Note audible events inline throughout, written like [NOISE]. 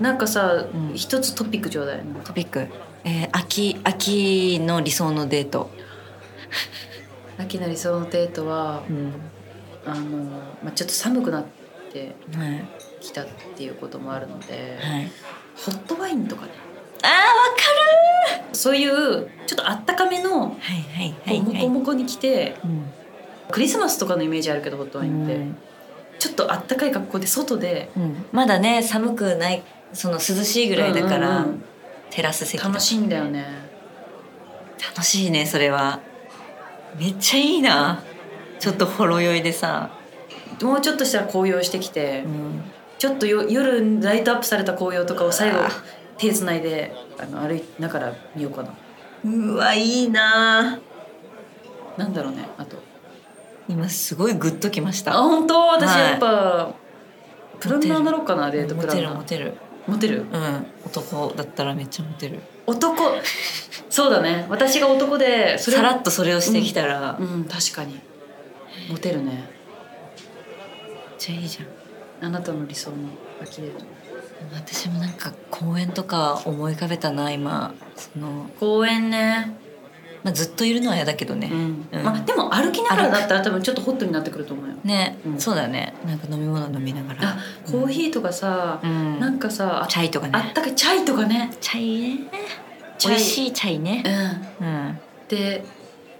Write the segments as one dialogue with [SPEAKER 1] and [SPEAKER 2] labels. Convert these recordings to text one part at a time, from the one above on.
[SPEAKER 1] なんかさ、
[SPEAKER 2] うん
[SPEAKER 1] 一つトピックちょうだいなんか
[SPEAKER 2] トピック、えー秋秋の理想のデート、
[SPEAKER 1] 秋の理想のデートは
[SPEAKER 2] うん
[SPEAKER 1] あの、まあ、ちょっと寒くなって
[SPEAKER 2] はい
[SPEAKER 1] きたっていうこともあるので、
[SPEAKER 2] はい、
[SPEAKER 1] ホットワインとかね
[SPEAKER 2] あーわかる
[SPEAKER 1] そういうちょっとあったかめの
[SPEAKER 2] はいはいは
[SPEAKER 1] こう
[SPEAKER 2] い
[SPEAKER 1] モ
[SPEAKER 2] はい
[SPEAKER 1] コモコに来て
[SPEAKER 2] うん
[SPEAKER 1] クリスマスとかのイメージあるけどホットワインって、ちょっとあったかい格好で外で
[SPEAKER 2] うんうんまだね寒くないその涼しいぐらいだか
[SPEAKER 1] う
[SPEAKER 2] ら、
[SPEAKER 1] んうんうん
[SPEAKER 2] テラス席とか
[SPEAKER 1] 楽しいんだよね
[SPEAKER 2] 楽しいねそれはめっちゃいいなちょっとほろ酔いでさ、
[SPEAKER 1] もうちょっとしたら紅葉してきて、
[SPEAKER 2] うん
[SPEAKER 1] ちょっとよ夜ライトアップされた紅葉とかを最後
[SPEAKER 2] あー
[SPEAKER 1] 手つないであの歩きながら見ようかな
[SPEAKER 2] うわいいな
[SPEAKER 1] なんだろうねあと
[SPEAKER 2] 今すごいグッときまし
[SPEAKER 1] あ
[SPEAKER 2] た
[SPEAKER 1] 本当私
[SPEAKER 2] はい
[SPEAKER 1] やっぱ、プランナーなろうかなデート
[SPEAKER 2] モ
[SPEAKER 1] プラン
[SPEAKER 2] テ
[SPEAKER 1] ナ
[SPEAKER 2] る
[SPEAKER 1] ー
[SPEAKER 2] モテる
[SPEAKER 1] モテる
[SPEAKER 2] うん男だったらめっちゃモテる
[SPEAKER 1] 男そうだね私が男でそれ
[SPEAKER 2] さらっとそれをしてきたら、
[SPEAKER 1] う
[SPEAKER 2] めっ
[SPEAKER 1] ん確かにモテるね
[SPEAKER 2] ちゃいいじゃん
[SPEAKER 1] あなたの理想の秋デート
[SPEAKER 2] 私もなんか公園とか思い浮かべたな今その、
[SPEAKER 1] 公園ね、
[SPEAKER 2] まあ、ずっといるのは嫌だけどね、
[SPEAKER 1] うん
[SPEAKER 2] うん
[SPEAKER 1] まあでも歩きながらだったら多分ちょっとホットになってくると思うよ
[SPEAKER 2] ね、
[SPEAKER 1] うん
[SPEAKER 2] そうだねなんか飲み物飲みながら
[SPEAKER 1] あコーヒーとかさ、
[SPEAKER 2] うん
[SPEAKER 1] なんかさあ
[SPEAKER 2] チャイとか
[SPEAKER 1] あっ
[SPEAKER 2] ね
[SPEAKER 1] たかいチャイとかね
[SPEAKER 2] チャイね
[SPEAKER 1] チャイ
[SPEAKER 2] 美味しいチャイね
[SPEAKER 1] うん
[SPEAKER 2] うん
[SPEAKER 1] で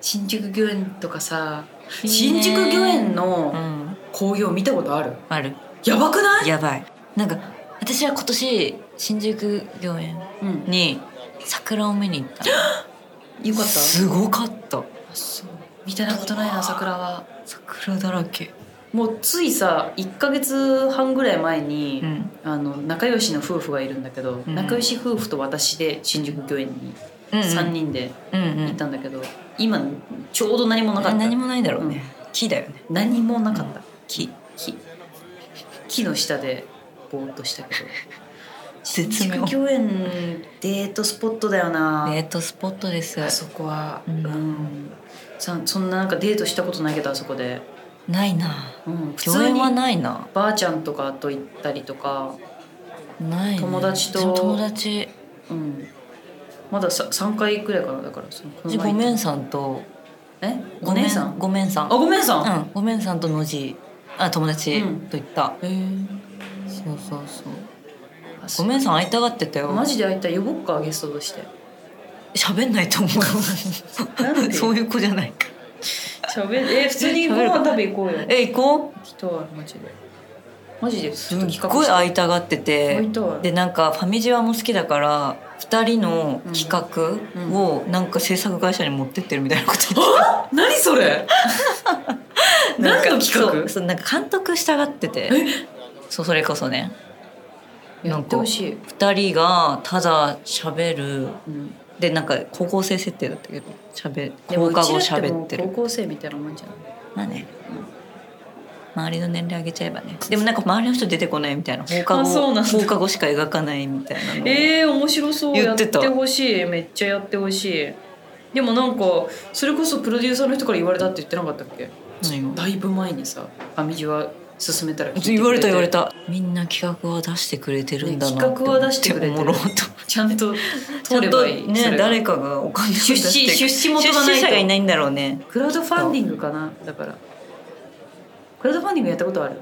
[SPEAKER 1] 新宿御苑とかさ
[SPEAKER 2] いいね
[SPEAKER 1] 新宿御苑
[SPEAKER 2] う
[SPEAKER 1] の
[SPEAKER 2] ん
[SPEAKER 1] 紅葉見たことある
[SPEAKER 2] ある
[SPEAKER 1] やばくない
[SPEAKER 2] やばいなんか私は今年新宿御苑
[SPEAKER 1] うん
[SPEAKER 2] に桜を見に
[SPEAKER 1] [GASPS]
[SPEAKER 2] 行った
[SPEAKER 1] よかった
[SPEAKER 2] すごかった
[SPEAKER 1] あそうみたいなことないな桜は
[SPEAKER 2] 桜だらけ
[SPEAKER 1] もうついさ1ヶ月半ぐらい前に、
[SPEAKER 2] うん
[SPEAKER 1] あの仲良しの夫婦がいるんだけど、
[SPEAKER 2] うん
[SPEAKER 1] 仲良し夫婦と私で新宿御苑に3人で
[SPEAKER 2] うんうん
[SPEAKER 1] 行ったんだけど、今ちょうど何もなかった
[SPEAKER 2] 何もないだろうね、木だよね
[SPEAKER 1] 何もなかった、
[SPEAKER 2] 木
[SPEAKER 1] 木木の下でぼーっとしたけど
[SPEAKER 2] [LAUGHS] 絶妙
[SPEAKER 1] 新宿御苑デートスポットだよな、
[SPEAKER 2] デートスポットです
[SPEAKER 1] あそこは、
[SPEAKER 2] うん
[SPEAKER 1] うんさそんななんかデートしたことないけどあそこで、
[SPEAKER 2] ないな
[SPEAKER 1] うん、普
[SPEAKER 2] 共
[SPEAKER 1] 通
[SPEAKER 2] 演
[SPEAKER 1] に
[SPEAKER 2] はないな
[SPEAKER 1] ばあちゃんとかと行ったりとか、
[SPEAKER 2] ないね
[SPEAKER 1] 友達と
[SPEAKER 2] そう友達
[SPEAKER 1] うん、まださ3回くらいかなだからそのこの
[SPEAKER 2] 私
[SPEAKER 1] 前
[SPEAKER 2] ごめんさんと
[SPEAKER 1] えお姉さん
[SPEAKER 2] ごめんさん
[SPEAKER 1] あごめんさん、
[SPEAKER 2] うん、ごめんさんとのじあ友達
[SPEAKER 1] うん
[SPEAKER 2] と行った、
[SPEAKER 1] へー
[SPEAKER 2] そうそうそ
[SPEAKER 1] あ
[SPEAKER 2] うごめんさん会いたがってたよ
[SPEAKER 1] マジで会いたい呼ぼっかゲストとして
[SPEAKER 2] 喋んないと思
[SPEAKER 1] なん
[SPEAKER 2] う
[SPEAKER 1] で
[SPEAKER 2] [LAUGHS] そういう子じゃないから
[SPEAKER 1] 喋え普通にご
[SPEAKER 2] 喋る
[SPEAKER 1] 飯食べ行こうよ
[SPEAKER 2] え行こ
[SPEAKER 1] 行きたいマジでマジで
[SPEAKER 2] う
[SPEAKER 1] ち
[SPEAKER 2] す
[SPEAKER 1] ょっと
[SPEAKER 2] っ
[SPEAKER 1] 企画
[SPEAKER 2] ごい
[SPEAKER 1] して
[SPEAKER 2] 会いたがって
[SPEAKER 1] 会
[SPEAKER 2] て
[SPEAKER 1] いたい
[SPEAKER 2] でなんかファミジワも好きだから2人の企画をなんか制作会社に持ってってるみたいなこと言って
[SPEAKER 1] 何それ
[SPEAKER 2] たなんか
[SPEAKER 1] 何の企画
[SPEAKER 2] そうそうなんか監督したがっててそうそれこそね
[SPEAKER 1] やってほしい、
[SPEAKER 2] 2人がただ喋る
[SPEAKER 1] うん、
[SPEAKER 2] でなんか高校生設定だったけど喋
[SPEAKER 1] でも
[SPEAKER 2] 放課後
[SPEAKER 1] うちらって
[SPEAKER 2] 喋
[SPEAKER 1] も
[SPEAKER 2] っ
[SPEAKER 1] う
[SPEAKER 2] て
[SPEAKER 1] 高
[SPEAKER 2] る
[SPEAKER 1] 校生みたいなもんじゃない
[SPEAKER 2] まあね周りの年齢上げちゃえばねでもなんか周りの人出てこないみたいな放課
[SPEAKER 1] あそうな
[SPEAKER 2] 後
[SPEAKER 1] んだ
[SPEAKER 2] 放課後しか描かないみたいなの
[SPEAKER 1] えー、面白そう
[SPEAKER 2] 言
[SPEAKER 1] や
[SPEAKER 2] っ
[SPEAKER 1] ってて
[SPEAKER 2] た
[SPEAKER 1] ほしいめっちゃやってほしいでもなんかそれこそプロデューサーの人から言われたって言ってなかったっけ
[SPEAKER 2] 何が
[SPEAKER 1] だいぶ前にさ「アミジは進めたら聞いてくれて」
[SPEAKER 2] 言われた言われたみんな企画は出してくれてるんだなって思って
[SPEAKER 1] ね企画は出してくれてる
[SPEAKER 2] おもろと [LAUGHS]
[SPEAKER 1] ちゃんと
[SPEAKER 2] ちゃ
[SPEAKER 1] 取
[SPEAKER 2] ん
[SPEAKER 1] れ
[SPEAKER 2] と
[SPEAKER 1] ばいいそ
[SPEAKER 2] ね
[SPEAKER 1] れが
[SPEAKER 2] 誰かがお金を出
[SPEAKER 1] 出
[SPEAKER 2] して
[SPEAKER 1] 資出資元が
[SPEAKER 2] 出
[SPEAKER 1] な
[SPEAKER 2] 資者がい
[SPEAKER 1] いと
[SPEAKER 2] ないんだろうね
[SPEAKER 1] クラウドファンディングかなだからクラウドファンディングやったことある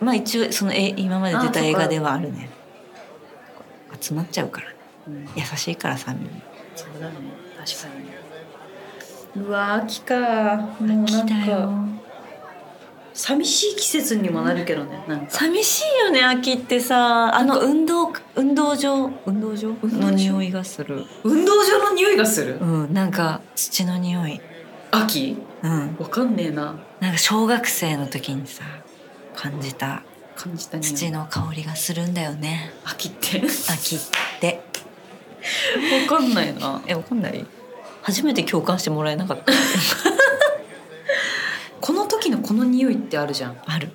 [SPEAKER 2] まあ一応そのえ今まで出た
[SPEAKER 1] あ
[SPEAKER 2] 映画ではあるね集まっちゃうから
[SPEAKER 1] うん
[SPEAKER 2] 優しいからさみんな
[SPEAKER 1] そうだね確かにうわ秋かもうなんか寂しい季節にもなるけどねなんか
[SPEAKER 2] 寂しいよね秋ってさあの運動運動場運動場
[SPEAKER 1] 動場
[SPEAKER 2] の匂いがする
[SPEAKER 1] 運動場の匂いがする
[SPEAKER 2] うんなんか土の匂い
[SPEAKER 1] 秋
[SPEAKER 2] うん
[SPEAKER 1] わかんねえな
[SPEAKER 2] なんか小学生の時にさ感じた
[SPEAKER 1] 感じたね
[SPEAKER 2] 土の香りがするんだよね
[SPEAKER 1] 秋って
[SPEAKER 2] 秋って
[SPEAKER 1] [LAUGHS] わかんないな
[SPEAKER 2] えわかんない初めて共感してもらえなかった
[SPEAKER 1] この時のこの匂いってあるじゃん
[SPEAKER 2] ある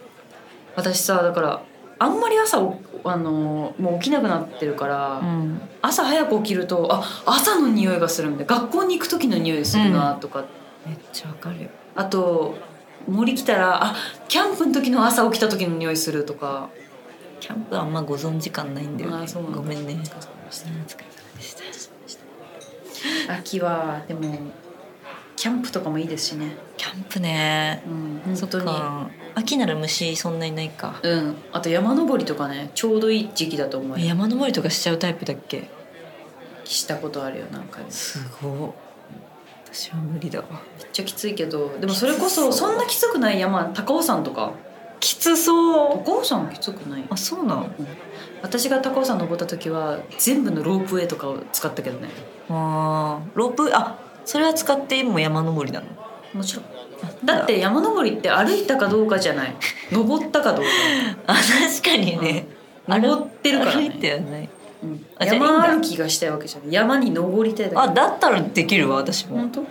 [SPEAKER 1] 私さだからあんまり朝おあのーもう起きなくなってるから、
[SPEAKER 2] うん
[SPEAKER 1] 朝早く起きるとあ朝の匂いがするみたいな学校に行く時の匂いするなとか、
[SPEAKER 2] めっちゃわかるよ
[SPEAKER 1] あと森来たらあキャンプの時の朝起きた時の匂いするとか
[SPEAKER 2] キャンプあんまご存知感ないんだよ
[SPEAKER 1] あ
[SPEAKER 2] ね
[SPEAKER 1] ーそうなんだ
[SPEAKER 2] ごめんね
[SPEAKER 1] お疲れ様でした
[SPEAKER 2] うんお疲れ様でした
[SPEAKER 1] 秋はでもキャンプとかもいいですしね、
[SPEAKER 2] キャンプね
[SPEAKER 1] うん、本当に
[SPEAKER 2] そっか秋なら虫そんなにないか
[SPEAKER 1] うんあと山登りとかねちょうどいい時期だと思うよ
[SPEAKER 2] 山登りとかしちゃうタイプだっけ
[SPEAKER 1] したことあるよ何回も
[SPEAKER 2] すごい私は無理だわ
[SPEAKER 1] めっちゃきついけどでもそれこそそんなきつくない山高尾山とか
[SPEAKER 2] きつそう
[SPEAKER 1] 高尾山きつくない
[SPEAKER 2] あそうなん
[SPEAKER 1] 私が高尾山登った時は全部のロープウェイとかを使ったけどね
[SPEAKER 2] あーロープあそれは使っても山登りなの
[SPEAKER 1] もちろん
[SPEAKER 2] あ
[SPEAKER 1] だって山登りって歩いたかどうかじゃない登ったか [LAUGHS] どうか、
[SPEAKER 2] あ確かにね、
[SPEAKER 1] うん登ってるからね
[SPEAKER 2] 歩いてはない
[SPEAKER 1] うん
[SPEAKER 2] あじゃあいいんだ
[SPEAKER 1] 山歩きがしたいわけじゃない山に登りたいだけ
[SPEAKER 2] あだったらできるわ私も、
[SPEAKER 1] 本当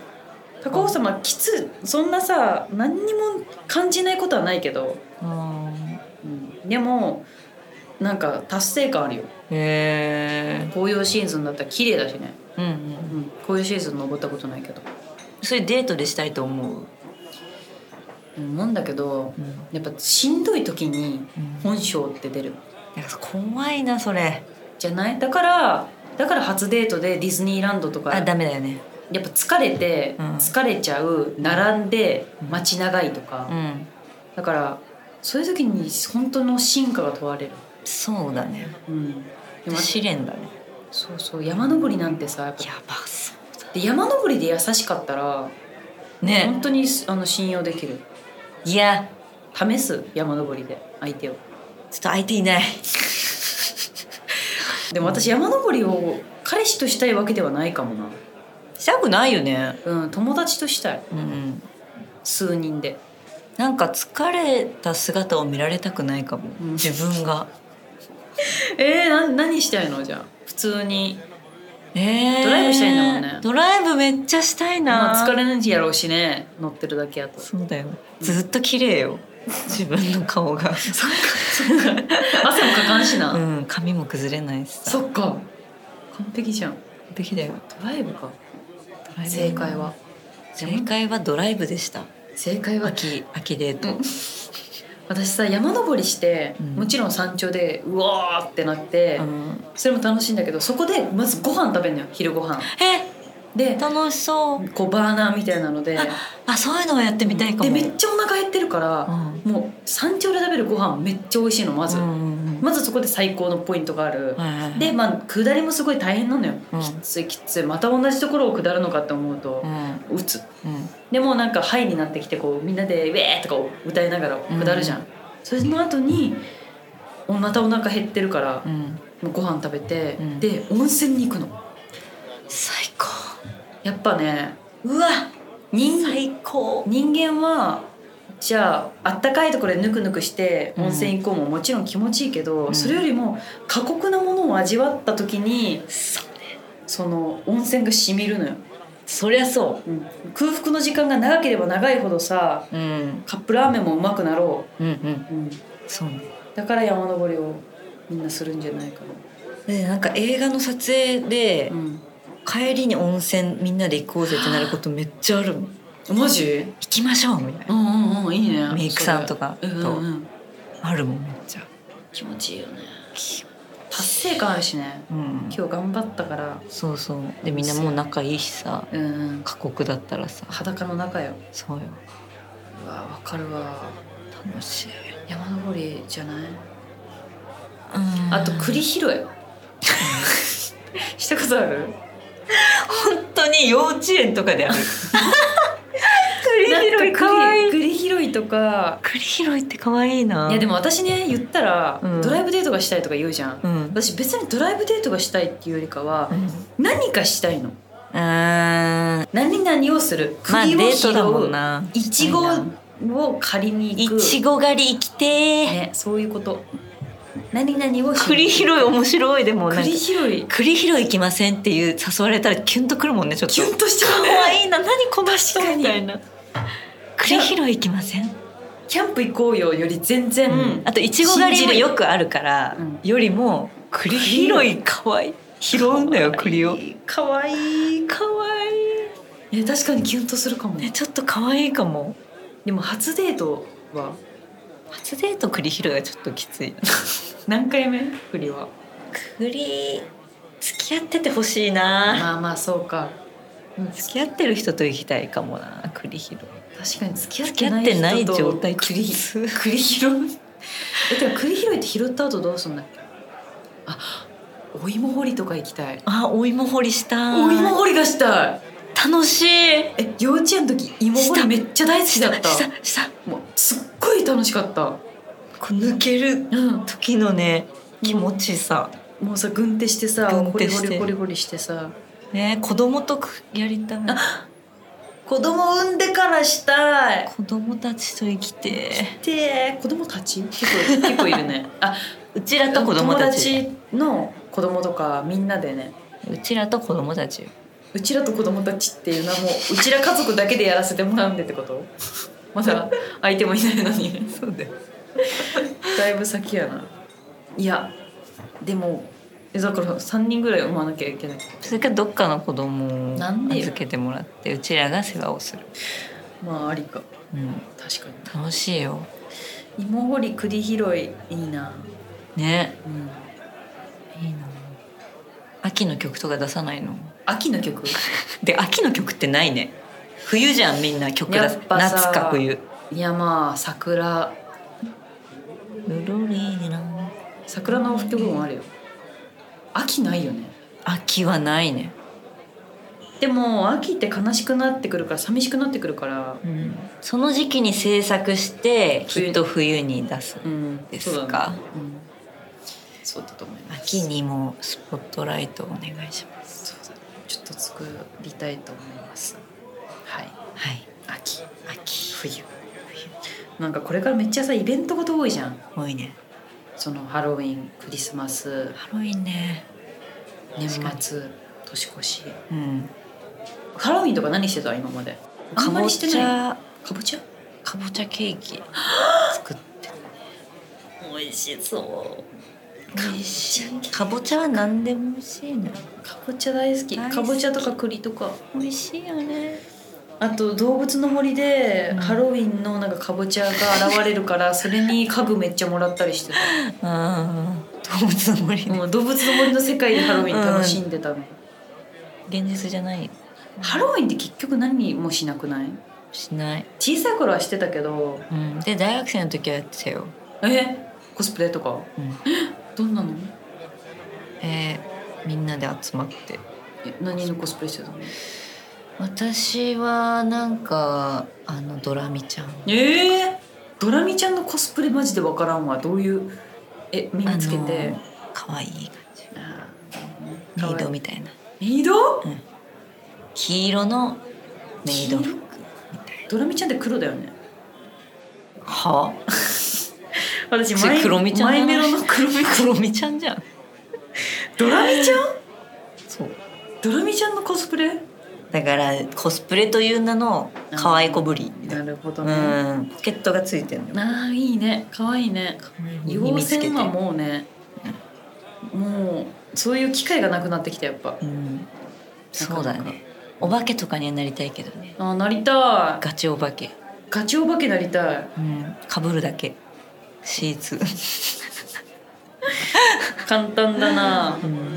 [SPEAKER 1] 高尾様きつそんなさ何にも感じないことはないけど、
[SPEAKER 2] あー
[SPEAKER 1] うんでもなんか達成感あるよ
[SPEAKER 2] へえ
[SPEAKER 1] 紅葉シーズンだったら綺麗だしね、
[SPEAKER 2] うんう
[SPEAKER 1] うんん、紅葉シーズン登ったことないけど
[SPEAKER 2] それデートでしたいと思う、
[SPEAKER 1] うん思うんだけど
[SPEAKER 2] うん
[SPEAKER 1] やっぱしんどい時に本性って出る
[SPEAKER 2] なんか怖いなそれ
[SPEAKER 1] じゃないだからだから初デートでディズニーランドとか
[SPEAKER 2] あ
[SPEAKER 1] やっぱ
[SPEAKER 2] ダメだよね
[SPEAKER 1] 疲れて
[SPEAKER 2] うん
[SPEAKER 1] 疲れちゃう並んで待ち長いとか、
[SPEAKER 2] うん
[SPEAKER 1] だからそういう時に本当の進化が問われる、
[SPEAKER 2] そうだね
[SPEAKER 1] うん、でも
[SPEAKER 2] 試練だね
[SPEAKER 1] そうそう山登りなんてさやっぱ
[SPEAKER 2] やばそうだ
[SPEAKER 1] で山登りで優しかったら、本
[SPEAKER 2] ね
[SPEAKER 1] 当にあの信用できる
[SPEAKER 2] いや
[SPEAKER 1] 試す山登りで相手を
[SPEAKER 2] ちょっと相手いない
[SPEAKER 1] でも私山登りを彼氏としたいわけではないかもな、
[SPEAKER 2] したくないよね
[SPEAKER 1] うん、友達としたい
[SPEAKER 2] うん
[SPEAKER 1] 数人で
[SPEAKER 2] なんか疲れた姿を見られたくないかも、
[SPEAKER 1] うん
[SPEAKER 2] 自
[SPEAKER 1] [LAUGHS]
[SPEAKER 2] 分が
[SPEAKER 1] えー、な何したいのじゃあ普通に
[SPEAKER 2] えー
[SPEAKER 1] ドライブしたいんだもんね
[SPEAKER 2] ドライブめっちゃしたいな、
[SPEAKER 1] まあ疲れないやろうしね乗ってるだけや
[SPEAKER 2] [LAUGHS]
[SPEAKER 1] と
[SPEAKER 2] そうだよずっと綺麗よ自分の顔が
[SPEAKER 1] 汗もかかんしな、
[SPEAKER 2] うん髪も崩れないしさ
[SPEAKER 1] そっか完璧じゃん
[SPEAKER 2] 完璧だよ
[SPEAKER 1] ドライブか
[SPEAKER 2] ドライブ
[SPEAKER 1] 正解は
[SPEAKER 2] 正解はドライブでした
[SPEAKER 1] 正解は
[SPEAKER 2] 秋秋デート、
[SPEAKER 1] うん私さ山登りして、
[SPEAKER 2] うん
[SPEAKER 1] もちろん山頂でうわーってなって、
[SPEAKER 2] うん
[SPEAKER 1] それも楽しいんだけどそこでまずご飯食べるのよ昼ご飯
[SPEAKER 2] え
[SPEAKER 1] で
[SPEAKER 2] 楽しそう、
[SPEAKER 1] こうバーナーみたいなので
[SPEAKER 2] あそういうのをやってみたいかも
[SPEAKER 1] でめっちゃお腹減ってるから、
[SPEAKER 2] うん
[SPEAKER 1] もう山頂で食べるご飯めっちゃ美味しいのまず、
[SPEAKER 2] うんうんうん
[SPEAKER 1] まずそこで最高のポイントがある、
[SPEAKER 2] はいはいはい
[SPEAKER 1] でまあ下りもすごい大変なのよ、
[SPEAKER 2] うん
[SPEAKER 1] きついきついまた同じところを下るのかって思うと
[SPEAKER 2] う、ん
[SPEAKER 1] うつ
[SPEAKER 2] うん
[SPEAKER 1] でもうなんかハイになってきてこうみんなで「ウェー!」とか歌いながら下るじゃん、
[SPEAKER 2] うん
[SPEAKER 1] それの後におまたお腹減ってるから
[SPEAKER 2] う、ん
[SPEAKER 1] もうご飯食べて、
[SPEAKER 2] うん
[SPEAKER 1] で温泉に行くの
[SPEAKER 2] 最高
[SPEAKER 1] やっぱね
[SPEAKER 2] うわ
[SPEAKER 1] 人
[SPEAKER 2] 最高
[SPEAKER 1] 人間はじゃああったかいところでぬくぬくして温泉行こうももちろん気持ちいいけど、
[SPEAKER 2] うん
[SPEAKER 1] それよりも過酷なものを味わった時に
[SPEAKER 2] そ
[SPEAKER 1] その温泉がしみるのよ、
[SPEAKER 2] そりゃそ
[SPEAKER 1] うん空腹の時間が長ければ長いほどさ
[SPEAKER 2] ううん
[SPEAKER 1] カップラーメンもうまくなろ
[SPEAKER 2] うんうん
[SPEAKER 1] う、うん、
[SPEAKER 2] そうね
[SPEAKER 1] だから山登りをみんなするんじゃないか
[SPEAKER 2] でなんか映画の撮影で
[SPEAKER 1] な、うん、
[SPEAKER 2] 帰りに温泉みんなで行こうぜってなることめっちゃあるもん行
[SPEAKER 1] マジ
[SPEAKER 2] きましょうみたいな
[SPEAKER 1] うんうんうんいいね
[SPEAKER 2] メイクさんとか
[SPEAKER 1] それうんうんうん
[SPEAKER 2] あるもんめっちゃ
[SPEAKER 1] 気持ちいいよね達成感あるしね
[SPEAKER 2] うん
[SPEAKER 1] 今日頑張ったから
[SPEAKER 2] そうそうでみんなもう仲いいしさ
[SPEAKER 1] うんうん
[SPEAKER 2] 過酷だったらさ
[SPEAKER 1] 裸の中よ
[SPEAKER 2] そうよ
[SPEAKER 1] うわわかるわ
[SPEAKER 2] 楽しい
[SPEAKER 1] 山登りじゃない
[SPEAKER 2] うん
[SPEAKER 1] あと栗拾い [LAUGHS] したことある
[SPEAKER 2] 本当に幼稚園とかである
[SPEAKER 1] なんか
[SPEAKER 2] い
[SPEAKER 1] 栗栗拾いとか
[SPEAKER 2] 栗拾いって可愛いない
[SPEAKER 1] いやでも私ね言ったら、
[SPEAKER 2] うん
[SPEAKER 1] ドライブデートがしたいとか言うじゃん、
[SPEAKER 2] うん
[SPEAKER 1] 私別にドライブデートがしたいっていうよりかは、何かしたいの
[SPEAKER 2] うん
[SPEAKER 1] 何々をする
[SPEAKER 2] まあデ
[SPEAKER 1] 栗を
[SPEAKER 2] ー
[SPEAKER 1] 拾
[SPEAKER 2] ト
[SPEAKER 1] う、
[SPEAKER 2] だもんない
[SPEAKER 1] ちごを借りに行く
[SPEAKER 2] いちご狩り行きてー
[SPEAKER 1] ね、そういうこと何々をしに
[SPEAKER 2] 栗拾い面白いでもなんか
[SPEAKER 1] 栗拾い
[SPEAKER 2] 栗拾い行きませんっていう誘われたらキュンとくるもんねちょっと
[SPEAKER 1] キュンとしちゃうね
[SPEAKER 2] 可愛いな何この人
[SPEAKER 1] 確かに
[SPEAKER 2] みたいな栗拾い行きません、
[SPEAKER 1] キャンプ行こうよより全然、
[SPEAKER 2] あといちご狩りもよくあるから、
[SPEAKER 1] うん
[SPEAKER 2] よりも栗拾い可愛い拾うんだよ栗を
[SPEAKER 1] かわいい
[SPEAKER 2] 可愛
[SPEAKER 1] え確かにキュンとするかも
[SPEAKER 2] いねちょっと可愛いかも
[SPEAKER 1] でも初デートは
[SPEAKER 2] 初デート栗拾いはちょっときつい
[SPEAKER 1] 何回目栗は
[SPEAKER 2] 栗付き合っててほしいな
[SPEAKER 1] まあまあそうか
[SPEAKER 2] 付き合ってる人と行きたいかもな栗拾い
[SPEAKER 1] 確かに付き合っ
[SPEAKER 2] 付き
[SPEAKER 1] て
[SPEAKER 2] 合
[SPEAKER 1] な
[SPEAKER 2] っ
[SPEAKER 1] い人
[SPEAKER 2] て
[SPEAKER 1] と
[SPEAKER 2] ない状態
[SPEAKER 1] 栗
[SPEAKER 2] きつ
[SPEAKER 1] 栗拾うえでも栗拾いって拾った後どうすんだっけあお芋掘りとか行きたい
[SPEAKER 2] あお芋掘りしたい
[SPEAKER 1] お芋掘りがしたい
[SPEAKER 2] 楽しい
[SPEAKER 1] え幼稚園の時芋掘りめっちゃ大好きだった
[SPEAKER 2] したした
[SPEAKER 1] もうすっごい楽しかった
[SPEAKER 2] こう抜ける
[SPEAKER 1] うん
[SPEAKER 2] 時のね気持ちさ、
[SPEAKER 1] もうさ軍手してさ
[SPEAKER 2] 軍
[SPEAKER 1] ホリ
[SPEAKER 2] 手し
[SPEAKER 1] ホ
[SPEAKER 2] て
[SPEAKER 1] リホリホリしてさ
[SPEAKER 2] ね子供とくやりたい
[SPEAKER 1] 子供産んでからしたい
[SPEAKER 2] 子供たちと生きて
[SPEAKER 1] で子供たち結構結構いるねあ
[SPEAKER 2] うちらと子供たち
[SPEAKER 1] 友達の子供とかみんなでね
[SPEAKER 2] うちらと子供たち
[SPEAKER 1] うちらと子供たちっていうのはもううちら家族だけでやらせてもらうんでってことまだ相手もいないのに
[SPEAKER 2] そうだよ
[SPEAKER 1] だいぶ先やないやでもえだから3人ぐらい産まなきゃいけない
[SPEAKER 2] それからどっかの子供を
[SPEAKER 1] なんでよ
[SPEAKER 2] 預けてもらってうちらが世話をする、
[SPEAKER 1] まあありか
[SPEAKER 2] うん、
[SPEAKER 1] 確かに
[SPEAKER 2] 楽しいよ
[SPEAKER 1] 芋掘り栗拾いいいな
[SPEAKER 2] ね
[SPEAKER 1] うん
[SPEAKER 2] いいな秋の曲とか出さないの
[SPEAKER 1] 秋の曲
[SPEAKER 2] で秋の曲ってないね冬じゃんみんな曲出す
[SPEAKER 1] やっぱさ
[SPEAKER 2] 夏か冬
[SPEAKER 1] いやまあ桜
[SPEAKER 2] ルルリーラ
[SPEAKER 1] 桜の曲もあるよ秋ないよね
[SPEAKER 2] 秋はないね、
[SPEAKER 1] でも秋って悲しくなってくるから寂しくなってくるから
[SPEAKER 2] うん、その時期に制作して
[SPEAKER 1] 冬
[SPEAKER 2] きっと冬に出す
[SPEAKER 1] うん
[SPEAKER 2] です
[SPEAKER 1] そうだ
[SPEAKER 2] か
[SPEAKER 1] ねうんそうだと思います
[SPEAKER 2] 秋にもスポットライトをお願いします
[SPEAKER 1] そうだねちょっと作りたいと思いますはい
[SPEAKER 2] はい
[SPEAKER 1] 秋
[SPEAKER 2] 秋
[SPEAKER 1] 冬なんかこれからめっちゃさイベントごと多いじゃん
[SPEAKER 2] 多いね
[SPEAKER 1] そのハロウィンクリスマス
[SPEAKER 2] ハロウィンね
[SPEAKER 1] 年
[SPEAKER 2] 確かに
[SPEAKER 1] 末年越し
[SPEAKER 2] うん
[SPEAKER 1] ハロウィンとか何してた今まであ
[SPEAKER 2] か
[SPEAKER 1] んま
[SPEAKER 2] ぼ
[SPEAKER 1] りして
[SPEAKER 2] ち
[SPEAKER 1] ない
[SPEAKER 2] ゃ
[SPEAKER 1] かぼちゃ
[SPEAKER 2] かぼちゃケーキ作って美味しそう
[SPEAKER 1] 美味しい
[SPEAKER 2] かぼちゃは何でも美味しいね
[SPEAKER 1] かぼちゃ大好き
[SPEAKER 2] 大好き
[SPEAKER 1] かぼちゃとか栗とか
[SPEAKER 2] 美味しいよね
[SPEAKER 1] あと動物の森で
[SPEAKER 2] うん
[SPEAKER 1] ハロウィンのなんかかぼちゃが現れる
[SPEAKER 2] [LAUGHS]
[SPEAKER 1] からそれに家具めっちゃもらったりしてた
[SPEAKER 2] ああ動物の森ね、
[SPEAKER 1] もう動物の森の世界でハロウィン楽しんでたの、
[SPEAKER 2] 現実じゃない
[SPEAKER 1] ハロウィンって結局何もしなくない
[SPEAKER 2] しない、
[SPEAKER 1] 小さい頃はしてたけど
[SPEAKER 2] うん、で大学生の時はやってたよ、
[SPEAKER 1] えコスプレとか
[SPEAKER 2] うん、
[SPEAKER 1] どんなの
[SPEAKER 2] えーみんなで集まって
[SPEAKER 1] え何のコスプレしてたの
[SPEAKER 2] 私はなんかあのドラミちゃん
[SPEAKER 1] ええドラミちゃんのコスプレマジでわからんわどういうえ身につけ
[SPEAKER 2] あ
[SPEAKER 1] て
[SPEAKER 2] の可愛い感じ
[SPEAKER 1] あー
[SPEAKER 2] メイド
[SPEAKER 1] メ
[SPEAKER 2] みたいな
[SPEAKER 1] イド
[SPEAKER 2] 黄色のメイド服みたい
[SPEAKER 1] ドラミちゃんって黒だよね
[SPEAKER 2] なは
[SPEAKER 1] 私
[SPEAKER 2] それ黒みちゃんじゃない
[SPEAKER 1] マイメロ
[SPEAKER 2] [LAUGHS]
[SPEAKER 1] の黒み
[SPEAKER 2] 黒みちゃんじゃん
[SPEAKER 1] ドラミちゃん
[SPEAKER 2] そう
[SPEAKER 1] ドラミちゃんのコスプレ
[SPEAKER 2] だからコスプレという名の可愛い子ぶりみたい
[SPEAKER 1] なるほどね、
[SPEAKER 2] なうんポケットがついてるのよ
[SPEAKER 1] ああいいね可愛いね
[SPEAKER 2] 耳
[SPEAKER 1] 妖
[SPEAKER 2] つけ
[SPEAKER 1] 精
[SPEAKER 2] て
[SPEAKER 1] はもうね、もうそういう機会がなくなってきたやっぱ
[SPEAKER 2] うん、そうだ
[SPEAKER 1] なかな
[SPEAKER 2] ねお化けとかにはなりたいけどね
[SPEAKER 1] あーなりたい
[SPEAKER 2] ガチお化け
[SPEAKER 1] ガチお化けなりたい
[SPEAKER 2] うんかぶるだけシーツ、
[SPEAKER 1] 簡単だな
[SPEAKER 2] うん、